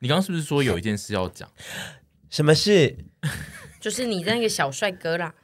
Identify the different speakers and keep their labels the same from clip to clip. Speaker 1: 你刚刚是不是说有一件事要讲？
Speaker 2: 什么事？
Speaker 3: 就是你那个小帅哥啦，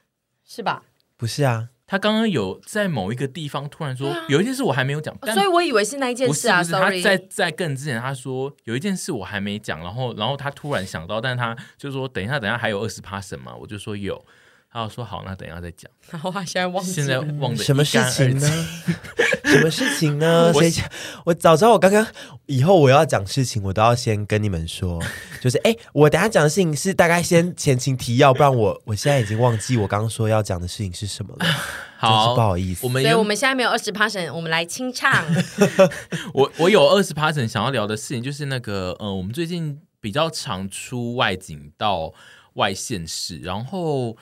Speaker 3: 是吧？
Speaker 2: 不是啊，
Speaker 1: 他刚刚有在某一个地方突然说，有一件事我还没有讲，但
Speaker 3: 啊哦所以我以为是那一件
Speaker 1: 不
Speaker 3: 事
Speaker 1: 是
Speaker 3: 啊
Speaker 1: 不是，他
Speaker 3: ，sorry。
Speaker 1: 在在更之前他说有一件事我还没讲，然后然后他突然想到，但他就说等一下等一下还有二十 p a 嘛，我就说有，他就说好，那等一下再讲，
Speaker 3: 然后他现在忘记
Speaker 1: 现在
Speaker 3: 了，
Speaker 1: 忘得
Speaker 2: 什么
Speaker 1: 一
Speaker 2: 事
Speaker 1: 干二
Speaker 2: 情呢
Speaker 1: 净？
Speaker 2: 什么事情呢？
Speaker 1: 我
Speaker 2: 谁讲？我早知道我刚刚以后我要讲事情，我都要先跟你 们说，就是哎、我等一下讲的事情是大概先前情提要，不然我 我现在已经忘记我刚刚说要讲的事情是 什么了，真
Speaker 1: 好，
Speaker 2: 是不好意思
Speaker 1: 我们
Speaker 3: 所以
Speaker 1: 有
Speaker 3: 我们现在没有二十 p a 我们来清唱。
Speaker 1: 我我有二十 p a 想要聊的事情，就是那个呃，我们最近比较常出外景到外县市，然后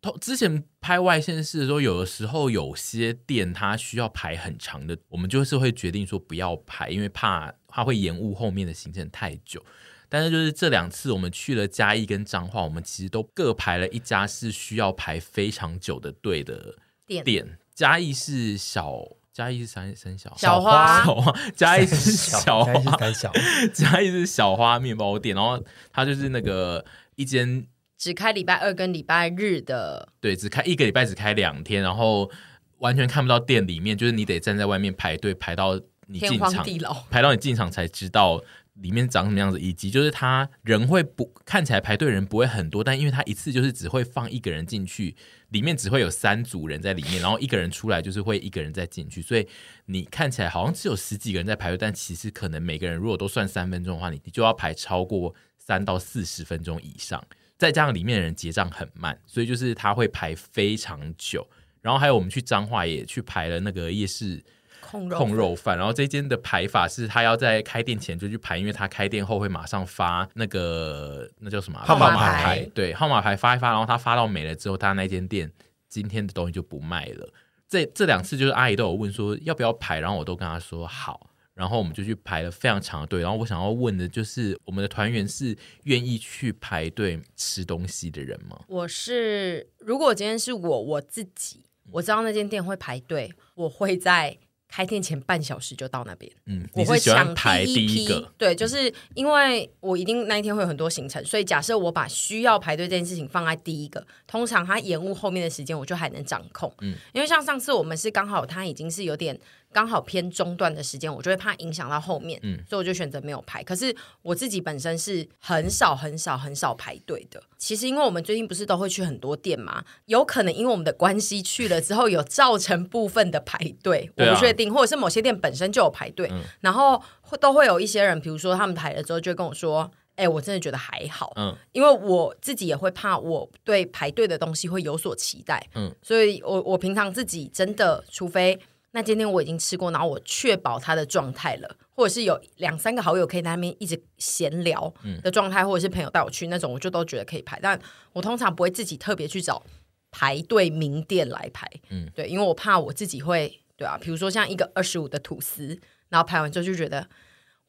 Speaker 1: 通之前拍外县市的时候，有的时候有些店它需要排很长的，我们就是会决定说不要排，因为怕它会延误后面的行程太久。但是就是这两次我们去了嘉义跟彰化，我们其实都各排了一家是需要排非常久的队的
Speaker 3: 店
Speaker 1: 店。嘉义是小嘉义是三三小
Speaker 3: 小花
Speaker 1: 小 花，嘉义是 小
Speaker 2: 应该是
Speaker 1: 花，
Speaker 2: 三小，
Speaker 1: 嘉义是小花面包店，然后它就是那个一间
Speaker 3: 只开礼拜二跟礼拜日的，
Speaker 1: 对，只开一个礼拜只开两天，然后完全看不到店里面，就是你得站在外面排队排到你
Speaker 3: 天
Speaker 1: 进
Speaker 3: 荒
Speaker 1: 场
Speaker 3: 地老，
Speaker 1: 排到你进场才知道里面长什么样子，以及就是他人会不看起来排队人不会很多，但因为他一次就是只会放一个人进去，里面只会有三组人在里面，然后一个人出来就是会一个人再进去，所以你看起来好像只有十几个人在排队，但其实可能每个人如果都算三分钟的话，你你就要排超过三到四十分钟以上。再加上里面的人结账很慢，所以就是他会排非常久。然后还有我们去彰化也去排了那个夜市
Speaker 3: 控肉
Speaker 1: 控肉饭，然后这间的排法是他要在开店前就去排，因为他开店后会马上发那个那叫什么啊
Speaker 2: 号码
Speaker 3: 牌
Speaker 1: 对，号码牌发一发，然后他发到没了之后，他那间店今天的东西就不卖了。这这两次就是阿姨都有问说要不要排，然后我都跟她说好，然后我们就去排了非常长的队。然后我想要问的就是，我们的团员是愿意去排队吃东西的人吗？
Speaker 3: 我是如果今天是我我自己，我知道那间店会排队，我会在开店前半小时就到那边。
Speaker 1: 嗯，
Speaker 3: 我
Speaker 1: 你
Speaker 3: 会
Speaker 1: 是喜欢
Speaker 3: 抢
Speaker 1: 排
Speaker 3: 第
Speaker 1: 一
Speaker 3: 批
Speaker 1: 个，，
Speaker 3: 对，就是因为我一定那一天会有很多行程，所以假设我把需要排队这件事情放在第一个，通常它延误后面的时间，我就还能掌控。嗯，因为像上次我们是刚好它已经是有点刚好偏中段的时间，我就会怕影响到后面，
Speaker 1: 嗯
Speaker 3: 所以我就选择没有排。可是我自己本身是很少很少很少排队的。其实因为我们最近不是都会去很多店嘛，有可能因为我们的关系去了之后，有造成部分的排队，我
Speaker 1: 对啊
Speaker 3: 不确定。定，或者是某些店本身就有排队，然后会都会有一些人，比如说他们排了之后，就会跟我说：“哎、我真的觉得还好。”
Speaker 1: 嗯，
Speaker 3: 因为我自己也会怕，我对排队的东西会有所期待，
Speaker 1: 嗯
Speaker 3: 嗯，所以我我平常自己真的，除非那间店我已经吃过，然后我确保它的状态了，或者是有两三个好友可以在那边一直闲聊的状态，或者是朋友带我去那种，我就都觉得可以排，但我通常不会自己特别去找排队名店来排，嗯，对，因为我怕我自己会，对啊，比如说像一个二十五的吐司，然后排完之后就觉得。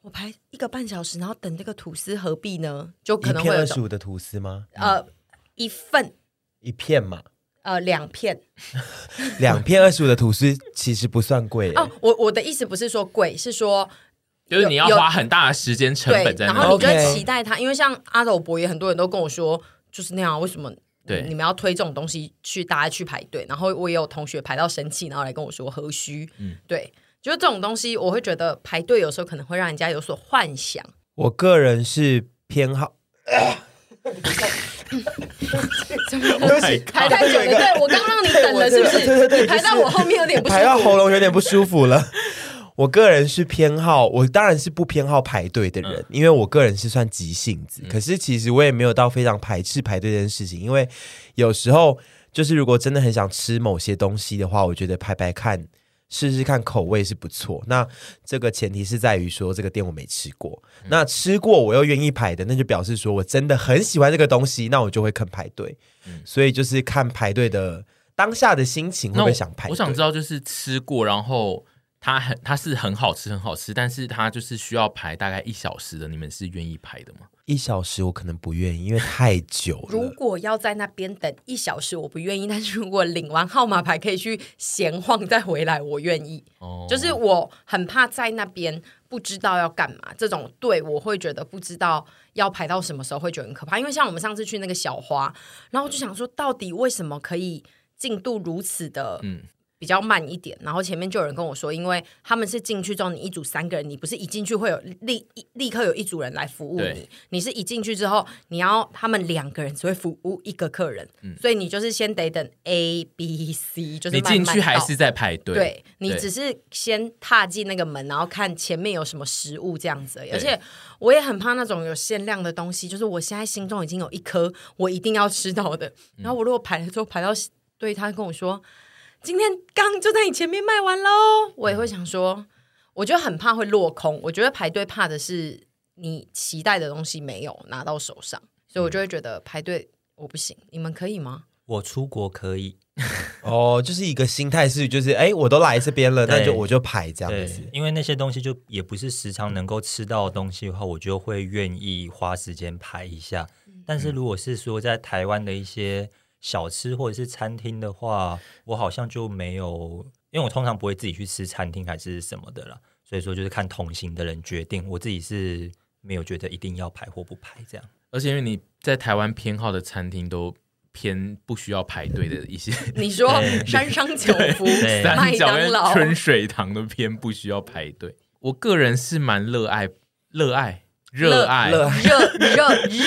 Speaker 3: 我排一个半小时，然后等这个吐司何必呢？就可
Speaker 2: 一
Speaker 3: 能会
Speaker 2: 片
Speaker 3: 有
Speaker 2: 二
Speaker 3: 一种
Speaker 2: 十五的吐司吗？
Speaker 3: 呃一份
Speaker 2: 一片嘛，
Speaker 3: 呃两片
Speaker 2: 两片二十五的吐司其实不算贵、
Speaker 3: 哦，我我的意思不是说贵，是说
Speaker 1: 就是你要
Speaker 3: 有
Speaker 1: 花很大的时间成
Speaker 3: 对
Speaker 1: 本，在那
Speaker 3: 然
Speaker 1: 里。
Speaker 3: 后你就会
Speaker 2: OK
Speaker 3: 期待它，因为像阿斗博也很多人都跟我说就是那样啊，为什么？
Speaker 1: 对
Speaker 3: 你们要推这种东西去大家去排队，然后我也有同学排到生气，然后来跟我说何须？嗯，对，就是这种东西，我会觉得排队有时候可能会让人家有所幻想。
Speaker 2: 我个人是偏好，
Speaker 1: Oh my
Speaker 3: 排太久了，对我刚让你等了，是不
Speaker 2: 对对对
Speaker 3: 是？
Speaker 2: 对
Speaker 3: 你排到我后面有点不舒
Speaker 2: 哎排到
Speaker 3: 服。
Speaker 2: 喉咙有点不舒服了。我个人是偏好，我当然是不偏好排队的人，
Speaker 3: 嗯
Speaker 2: 因为我个人是算急性子。可是其实我也没有到非常排斥排队这件事情，因为有时候就是如果真的很想吃某些东西的话，我觉得排排看。试试看口味是不错，那这个前提是在于说这个店我没吃过，
Speaker 3: 嗯
Speaker 2: 那吃过我又愿意排的，那就表示说我真的很喜欢这个东西，那我就会肯排队。
Speaker 3: 嗯
Speaker 2: 所以就是看排队的当下的心情会
Speaker 1: 那
Speaker 2: 不
Speaker 1: 我
Speaker 2: 会想排队。
Speaker 1: 我想知道，就是吃过然后它很它是很好吃很好吃，但是它就是需要排大概一小时的，你们是愿意排的吗？
Speaker 2: 一小时我可能不愿意，因为太久
Speaker 3: 如
Speaker 2: 了。
Speaker 3: 果要在那边等一小时，我不愿意；但是如果领完号码牌可以去闲晃再回来，我愿意。
Speaker 1: 哦，
Speaker 3: 就是我很怕在那边不知道要干嘛，这种对我会觉得不知道要排到什么时候，会觉得很可怕。因为像我们上次去那个小花，然后我就想说，到底为什么可以进度如此的，
Speaker 1: 嗯
Speaker 3: 比较慢一点，然后前面就有人跟我说，因为他们是进去之后，你一组三个人，你不是一进去会有立立刻有一组人来服务你
Speaker 1: 对，
Speaker 3: 你是一进去之后，你要他们两个人只会服务一个客人，所以你就是先得等 A、B、C，就
Speaker 1: 嗯
Speaker 3: 是
Speaker 1: 你
Speaker 3: 慢慢
Speaker 1: 进去还
Speaker 3: 到
Speaker 1: 是在排队，
Speaker 3: 对你只是先踏进那个门，然后看前面有什么食物这样子而已。而且我也很怕那种有限量的东西，就是我现在心中已经有一颗我一定要吃到的，然后我如果排了之后排到，对他跟我说今天刚就在你前面卖完喽，我也会想说，我觉得很怕会落空。我觉得排队怕的是你期待的东西没有拿到手上，所以我就会觉得排队我不行。你们可以吗？
Speaker 4: 我出国可以，
Speaker 2: 哦，就是一个心态是，就是哎，我都来这边了，那
Speaker 4: 对
Speaker 2: 就我就排这样
Speaker 4: 对
Speaker 2: 子。，
Speaker 4: 因为那些东西就也不是时常能够吃到的东西的话，我就会愿意花时间排一下。
Speaker 3: 嗯
Speaker 4: 但是如果是说在台湾的一些小吃或者是餐厅的话，我好像就没有，因为我通常不会自己去吃餐厅还是什么的啦，所以说就是看同行的人决定。我自己是没有觉得一定要排或不排这样。
Speaker 1: 而且因为你在台湾偏好的餐厅都偏不需要排队的一 些，
Speaker 3: 你说
Speaker 4: 对
Speaker 3: 山上九福、
Speaker 4: 对
Speaker 1: 三
Speaker 3: 麦
Speaker 1: 角
Speaker 3: 当
Speaker 1: 跟
Speaker 3: 劳、
Speaker 1: 春水堂都偏不需要排队。我个人是蛮热爱热爱热爱
Speaker 2: 热爱
Speaker 3: 热 热鱼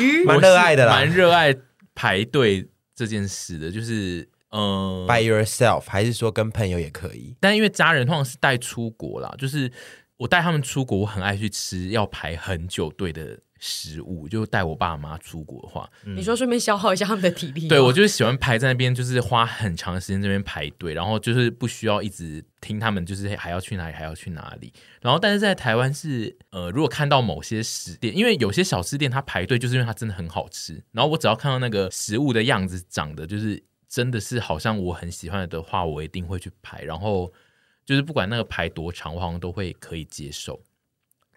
Speaker 3: 鱼，
Speaker 2: 蛮热爱的啦
Speaker 1: 我是蛮热爱排队这件事的，就是嗯，
Speaker 2: By yourself，还是说跟朋友也可以？
Speaker 1: 但因为家人通常是带出国啦，就是我带他们出国，我很爱去吃要排很久队的食物。就带我爸妈出国的话，
Speaker 3: 你说顺便消耗一下他们的体力吗。
Speaker 1: 嗯对我就是喜欢排在那边，就是花很长时间这边排队，然后就是不需要一直听他们就是还要去哪里，还要去哪里。然后但是在台湾是呃，如果看到某些食店，因为有些小吃店它排队就是因为它真的很好吃，然后我只要看到那个食物的样子长得就是真的是好像我很喜欢的话，我一定会去排。然后就是不管那个排多长，我好像都会可以接受。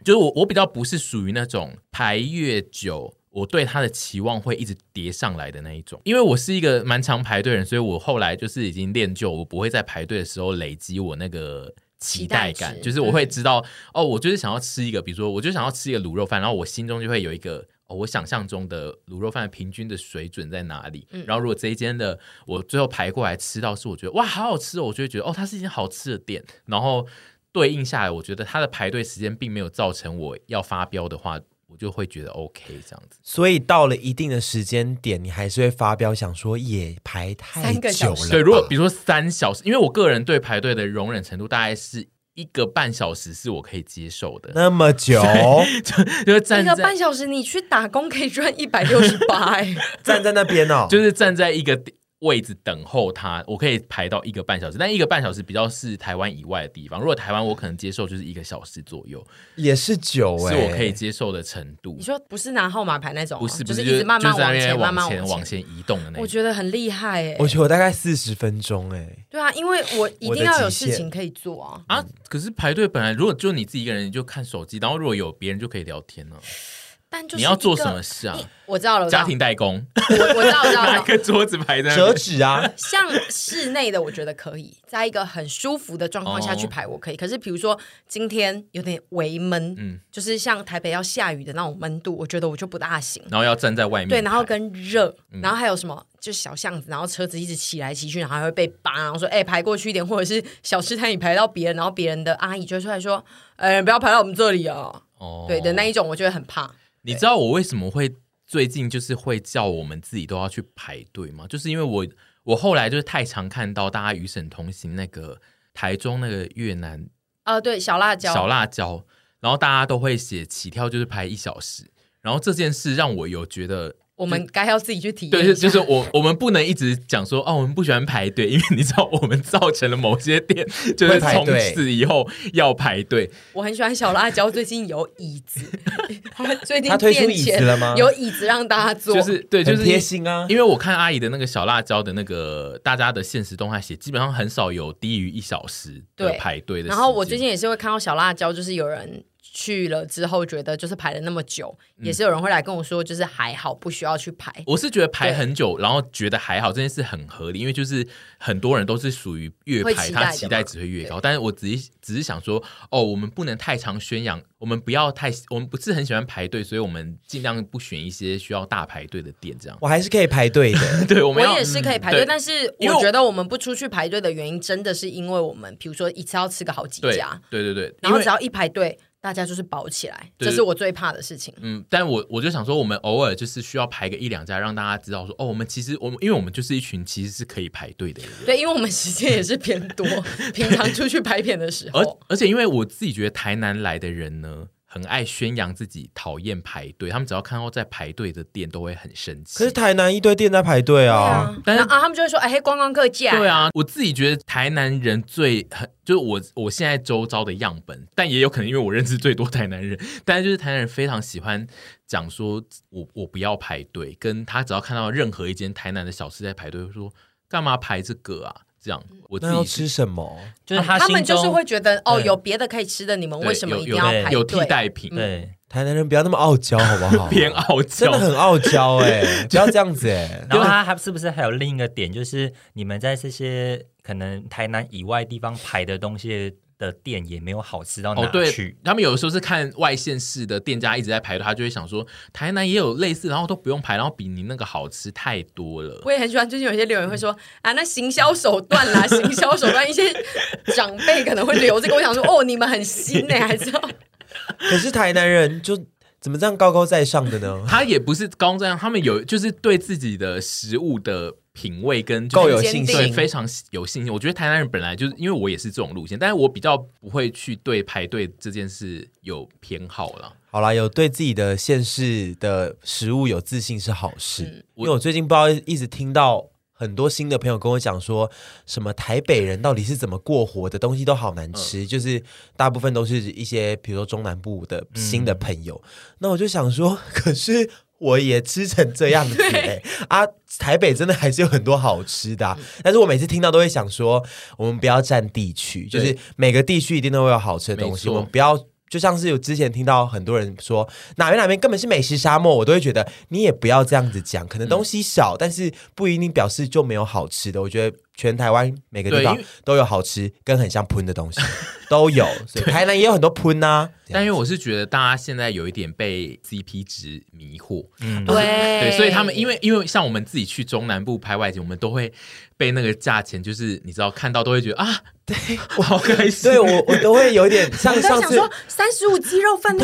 Speaker 1: 就是我我比较不是属于那种排越久，我对他的期望会一直叠上来的那一种。因为我是一个蛮常排队的人，所以我后来就是已经练就，我不会在排队的时候累积我那个。期待
Speaker 3: 期待
Speaker 1: 感
Speaker 3: 值
Speaker 1: 就是我会知道、哦，我就是想要吃一个，比如说我就想要吃一个卤肉饭，然后我心中就会有一个、哦、我想象中的卤肉饭平均的水准在哪里。
Speaker 3: 嗯
Speaker 1: 然后如果这一间的我最后排过来吃到是我觉得哇好好吃哦，我就会觉得哦它是一间好吃的店，然后对应下来，我觉得他的排队时间并没有造成我要发飙的话，我就会觉得 OK 这样子。
Speaker 2: 所以到了一定的时间点，你还是会发飙，想说也排太
Speaker 3: 三个
Speaker 2: 久
Speaker 3: 小
Speaker 2: 了
Speaker 3: 时
Speaker 2: 吧。
Speaker 1: 对，如果比如说三小时，因为我个人对排队的容忍程度大概是一个半小时是我可以接受的，
Speaker 2: 那 么久，
Speaker 1: 就是站
Speaker 3: 一个
Speaker 1: 在
Speaker 3: 半小时，你去打工可以赚一百六十 八，哎，
Speaker 2: 站在那边哦，
Speaker 1: 就是站在一个位置等候他，我可以排到一个半小时，但一个半小时比较是台湾以外的地方，如果台湾我可能接受就是一个小时左右，
Speaker 2: 也是久哎、
Speaker 1: 是我可以接受的程度
Speaker 3: 你。说不是拿号码牌那种哦，
Speaker 1: 不是不，
Speaker 3: 就是是
Speaker 1: 就
Speaker 3: 一直慢慢
Speaker 1: 就是在那
Speaker 3: 往
Speaker 1: 边
Speaker 3: 前，慢慢
Speaker 1: 往前
Speaker 3: 往
Speaker 1: 往。前移动的那一
Speaker 3: 我
Speaker 1: 种。
Speaker 3: 觉得很厉害，哎，
Speaker 2: 我觉得我大概四十分钟哎、
Speaker 3: 对啊，因为我一定要有事
Speaker 2: 我的极
Speaker 3: 情可以做啊。
Speaker 1: 啊，可是排队本来如果就你自己一个人，你就看手机，然后如果有别人就可以聊天了、
Speaker 3: 但就是
Speaker 1: 你要做
Speaker 3: 一个
Speaker 1: 什么？事啊
Speaker 3: 一？我知道了，我知道
Speaker 1: 家庭代 工，
Speaker 3: 我我知道，我知道，我知
Speaker 1: 拿
Speaker 3: 道
Speaker 1: 一。个桌子排在那
Speaker 2: 折
Speaker 1: 边。
Speaker 2: 纸 啊，
Speaker 3: 像室内的，我觉得可以，在一个很舒服的状况下去
Speaker 1: 哦
Speaker 3: 排，我可以。可是比如说今天有点微闷，
Speaker 1: 嗯
Speaker 3: 就是像台北要下雨的那种闷度，我觉得我就不大行。
Speaker 1: 然后要站在外面排，
Speaker 3: 对，然后跟热，
Speaker 1: 嗯
Speaker 3: 然后还有什么，就小巷子，然后车子一直骑来骑去，然后还会被扒，然后说，哎、排过去一点，或者是小吃摊你排到别人，然后别人的啊阿姨就出来说，呃，不要排到我们这里啊，
Speaker 1: 哦
Speaker 3: 对的那一种，我就会很怕。
Speaker 1: 你知道我为什么会最近就是会叫我们自己都要去排队吗？就是因为我我后来就是太常看到大家与省同行那个台中那个越南
Speaker 3: 啊、对，小辣椒，
Speaker 1: 小辣椒，然后大家都会写起跳就是排一小时，然然后这件事让我有觉得，
Speaker 3: 我们该要自己去体验
Speaker 1: 对，
Speaker 3: 一
Speaker 1: 就就
Speaker 3: 下。
Speaker 1: 是我我们不能一直讲说哦，我们不喜欢排队，因为你知道我们造成了某些店 就是
Speaker 2: 会排
Speaker 1: 从
Speaker 2: 队
Speaker 1: 此以后要排队，
Speaker 3: 我很喜欢小辣椒，最近有椅子，他们最近
Speaker 2: 他推出
Speaker 3: 店
Speaker 2: 椅
Speaker 3: 前
Speaker 2: 子了吗
Speaker 3: 有椅子让大家坐，
Speaker 1: 就是对，就
Speaker 2: 很
Speaker 1: 是
Speaker 2: 贴心啊
Speaker 1: 因为我看阿姨的那个小辣椒的那个大家的现实动态写，基本上很少有低于一小时的
Speaker 3: 对
Speaker 1: 排队的时间。
Speaker 3: 然后我最近也是会看到小辣椒，就是有人去了之后觉得就是排了那么久，
Speaker 1: 嗯
Speaker 3: 也是有人会来跟我说，就是还好不需要去排。
Speaker 1: 我是觉得排
Speaker 3: 对
Speaker 1: 很久，然后觉得还好，这件事很合理，因为就是很多人都是属于越
Speaker 3: 会
Speaker 1: 排
Speaker 3: 期待
Speaker 1: 他
Speaker 3: 的
Speaker 1: 期
Speaker 3: 嘛
Speaker 1: 待值会越高，但是我只是只是想说，哦，我们不能太常宣扬，我们不要太，我们不是很喜欢排队，所以我们尽量不选一些需要大排队的店，这样。
Speaker 2: 我还是可以排队 的。
Speaker 1: 对，我
Speaker 3: 我
Speaker 1: 们要嗯
Speaker 3: 也是可以排
Speaker 1: 对
Speaker 3: 队，但是
Speaker 1: 因为
Speaker 3: 我
Speaker 1: 我
Speaker 3: 觉得我们不出去排队的原因，真的是因为我们比如说一次要吃个好几
Speaker 1: 对
Speaker 3: 家，
Speaker 1: 对对对，因
Speaker 3: 然后
Speaker 1: 为
Speaker 3: 只要一排队，大家就是饱起来，
Speaker 1: 对
Speaker 3: 这是我最怕的事情。
Speaker 1: 嗯，但我我就想说，我们偶尔就是需要排个一两家，让大家知道说，哦，我们其实我们，因为我们就是一群其实是可以排队的人。
Speaker 3: 对，因为我们时间也是偏多， 平常出去排片的时
Speaker 1: 而
Speaker 2: 哦
Speaker 3: 候，
Speaker 1: 而且因为我自己觉得台南来的人呢，很爱宣扬自己讨厌排队，他们只要看到在排队的店都会很生气。
Speaker 2: 可是台南一堆店在排队啊，
Speaker 1: 但
Speaker 3: 然
Speaker 1: 是
Speaker 3: 后啊，他们就会说，哎，嘿观光客价，
Speaker 1: 对啊，我自己觉得台南人最很就是我我现在周遭的样本，但也有可能因为我认识最多台南人，但是就是台南人非常喜欢讲说我我不要排队，跟他只要看到任何一间台南的小吃在排队，会说干嘛排这个啊？这样我自
Speaker 2: 那要
Speaker 1: 己是
Speaker 2: 吃什么？
Speaker 4: 啊就是他
Speaker 3: 嗯啊他
Speaker 4: 心
Speaker 3: 们就是
Speaker 4: 中
Speaker 3: 会觉得哦，
Speaker 4: 对
Speaker 3: 有别的可以吃的，你们
Speaker 1: 对
Speaker 3: 为什么
Speaker 1: 有
Speaker 3: 一定要
Speaker 4: 有
Speaker 3: 排
Speaker 1: 有 替
Speaker 3: 队？
Speaker 1: 代品，
Speaker 4: 对。
Speaker 2: 台南人不要那么 傲娇好不好？
Speaker 1: 偏傲
Speaker 2: 真
Speaker 1: 娇
Speaker 2: 的，很傲娇哎、 不要这样子哎、
Speaker 4: 然后他还是不是还有另一个点，就是你们在这些可能台南以外地方排的东西的店也没有好吃到
Speaker 1: 哦
Speaker 4: 哪，
Speaker 1: 对
Speaker 4: 去。，
Speaker 1: 他们有的时候是看外县市的店家一直在排队，他就会想说台南也有类似，然后都不用排，然后比你那个好吃太多了。
Speaker 3: 我也很喜欢，最近有一些留言会说 啊，那行销手段 啦，行销手段，一些长辈可能会留这个，我想说 哦，你们很新 呢、还是要
Speaker 2: 可是台南人就怎么这样高高在上的呢？
Speaker 1: 他也不是高这样，他们有就是对自己的食物的品味跟就是
Speaker 2: 够有
Speaker 3: 很
Speaker 2: 信
Speaker 3: 坚定
Speaker 1: 对
Speaker 2: 心，
Speaker 1: 非常有信心。我觉得台南人本来就是因为我也是这种路线，但是我比较不会去对排队这件事有偏好啦。
Speaker 2: 好啦，有对自己的县市的食物有自信是好事，
Speaker 1: 嗯
Speaker 2: 因为我最近不知道一直听到。很多新的朋友跟我讲说，什么台北人到底是怎么过活的，东西都好难吃，
Speaker 1: 嗯
Speaker 2: 就是大部分都是一些比如说中南部的新的朋友。
Speaker 1: 嗯
Speaker 2: 那我就想说，可是我也吃成 这样子、欸、啊！台北真的还是有很多好吃的啊、
Speaker 1: 嗯
Speaker 2: 但是我每次听到都会想说，我们不要占地区，就是每个地区一定都会有好吃的东
Speaker 1: 没
Speaker 2: 西，
Speaker 1: 错
Speaker 2: 我们不要。就像是有之前听到很多人说哪边哪边根本是美食沙漠，我都会觉得你也不要这样子讲。可能东西少，但是不一定表示就没有好吃的。我觉得全台湾每个地
Speaker 1: 对
Speaker 2: 方
Speaker 1: 因为
Speaker 2: 都有好吃跟很像喷的东西，都有。所以台南也有很多喷呐、 啊。
Speaker 1: 但因为我是觉得大家现在有一点被 CP 值迷惑，
Speaker 4: 嗯，
Speaker 3: 对
Speaker 1: 对，所以他们因为因为像我们自己去中南部拍外景，我们都会被那个价钱，就是你知道看到都会觉得啊，对我好开心，
Speaker 2: 对我我都会有点像
Speaker 3: 我在
Speaker 2: 上
Speaker 3: 想
Speaker 2: 次
Speaker 3: 说三十五鸡肉饭那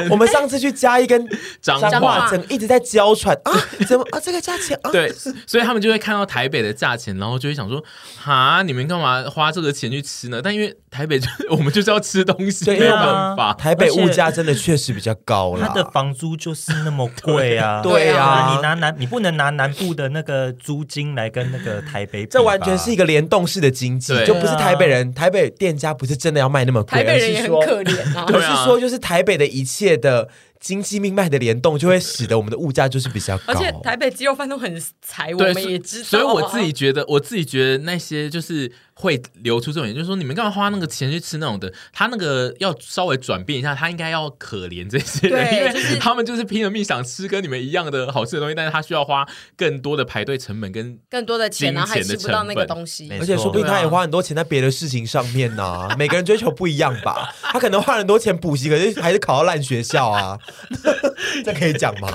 Speaker 3: 肉，
Speaker 2: 我们上次去嘉义跟
Speaker 1: 彰
Speaker 2: 彰
Speaker 1: 化
Speaker 2: 化，整个一直在娇喘啊，怎么啊这个价钱啊？
Speaker 1: 对，所以他们就会看到台北的价钱，然后就会想说，哈，你们干嘛花这个钱去吃呢？但因为台北就我们就是要吃东西，
Speaker 2: 对
Speaker 1: 没有
Speaker 2: 因为
Speaker 1: 办法。
Speaker 2: 台北物价真的确实比较高
Speaker 4: 他
Speaker 2: 啦。
Speaker 4: 的房租就是那么贵 啊！
Speaker 2: 对对啊
Speaker 4: 你拿南，你不能拿南部的那个租金来跟那个台北比吧，
Speaker 2: 这完全是一个联动式的经济
Speaker 1: 对，
Speaker 2: 就不是台北人，台北店家不是真的要卖那么贵，
Speaker 3: 台北人也
Speaker 2: 而是
Speaker 3: 很
Speaker 2: 说
Speaker 3: 可怜啊。
Speaker 1: 对
Speaker 2: 而
Speaker 1: 啊
Speaker 2: 是说就是台北的一切的经济命脉的联动，就会使得我们的物价就是比较高。
Speaker 3: 而且台北鸡肉饭都很柴，我
Speaker 1: 对，
Speaker 3: 们也知道、啊
Speaker 1: 所以我自己觉得，我自己觉得那些就是会流出这种言，就是说你们干嘛花那个钱去吃那种的？他那个要稍微转变一下，他应该要可怜这些人，
Speaker 3: 对
Speaker 1: 因
Speaker 3: 就
Speaker 1: 为
Speaker 3: 是
Speaker 1: 他们就是拼了命想吃跟你们一样的好吃的东西，但是他需要花更多的排队成本跟
Speaker 3: 哦更多的钱，然后还
Speaker 1: 金钱
Speaker 3: 吃
Speaker 1: 的
Speaker 3: 不到那个
Speaker 1: 成本
Speaker 3: 东西
Speaker 4: 没。
Speaker 2: 而且说不定他也花很多钱在别的事情上面啊呐、 每个人追求不一样吧。他可能花很多钱补习，可是还是考到烂学校啊。这可以讲吗？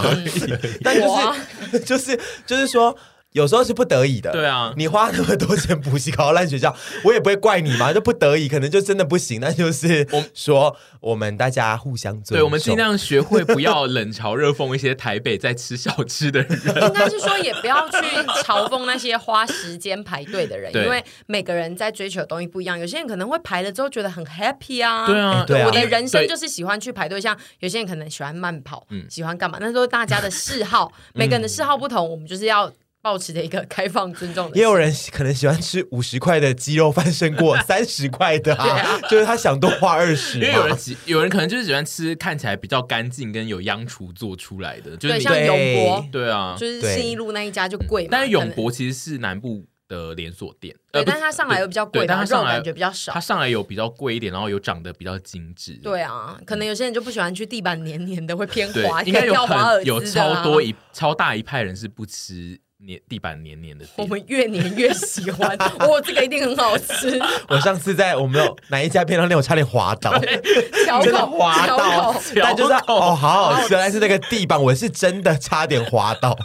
Speaker 2: 但
Speaker 3: 我
Speaker 2: 就
Speaker 3: 啊
Speaker 2: 是就是就是说。有时候是不得已的。
Speaker 1: 对啊
Speaker 2: 你花那么多钱补习考到烂学校，我也不会怪你嘛，就不得已，可能就真的不行。那就是
Speaker 1: 我
Speaker 2: 说，我们大家互相尊重。
Speaker 1: 对，我们尽量学会不要冷嘲热讽一些台北在吃小吃的人。
Speaker 3: 应该是说也不要去嘲讽那些花时间排队的人，
Speaker 1: 对
Speaker 3: 因为每个人在追求的东西不一样。有些人可能会排了之后觉得很 happy 啊，
Speaker 1: 对啊
Speaker 2: 哎对啊
Speaker 3: 我的人生
Speaker 1: 对
Speaker 3: 就是喜欢去排队，像有些人可能喜欢慢跑，
Speaker 1: 嗯
Speaker 3: 喜欢干嘛，那都是大家的嗜好，每个人的嗜好不同，我们就是要保持着一个开放尊重的
Speaker 2: 也
Speaker 3: 心。
Speaker 2: 有人可能喜欢吃五十块的鸡肉饭胜过三十块 的、啊，就是他想多花二十
Speaker 1: 因为有人喜，有人可能就是喜欢吃看起来比较干净跟有央厨做出来的，就是
Speaker 3: 对，
Speaker 1: 你
Speaker 3: 像
Speaker 2: 对
Speaker 3: 永博，
Speaker 1: 对啊，
Speaker 3: 就是
Speaker 2: 对
Speaker 3: 信义路那一家就贵嘛，
Speaker 1: 但是永
Speaker 3: 可能。
Speaker 1: 博其实是南部的连锁店，
Speaker 3: 对，
Speaker 1: 呃，不
Speaker 3: 但是它上来又比较贵
Speaker 1: 对但
Speaker 3: 吧，
Speaker 1: 它
Speaker 3: 肉
Speaker 1: 上来
Speaker 3: 感觉比较少
Speaker 1: 它。上来有比较贵一点，然后有长得比较精致。
Speaker 3: 对啊，可能有些人就不喜欢去地板黏黏的，会偏
Speaker 1: 对
Speaker 3: 滑，，
Speaker 1: 应该有
Speaker 3: 要华尔
Speaker 1: 很
Speaker 3: 兹
Speaker 1: 有
Speaker 3: 的
Speaker 1: 超
Speaker 3: 啊
Speaker 1: 多一超大一派人是不吃黏地板黏黏的店。
Speaker 3: 我们越黏越 喜欢，哦，这个一定很好吃，
Speaker 2: 我上次在我们有哪一家便当店，我差点滑倒，
Speaker 3: 小
Speaker 2: 真的
Speaker 3: 口
Speaker 2: 滑
Speaker 3: 小
Speaker 2: 到
Speaker 3: 口，
Speaker 2: 但就是
Speaker 1: 小口
Speaker 2: 哦，好好吃，但是那个地板我是真的差点滑倒。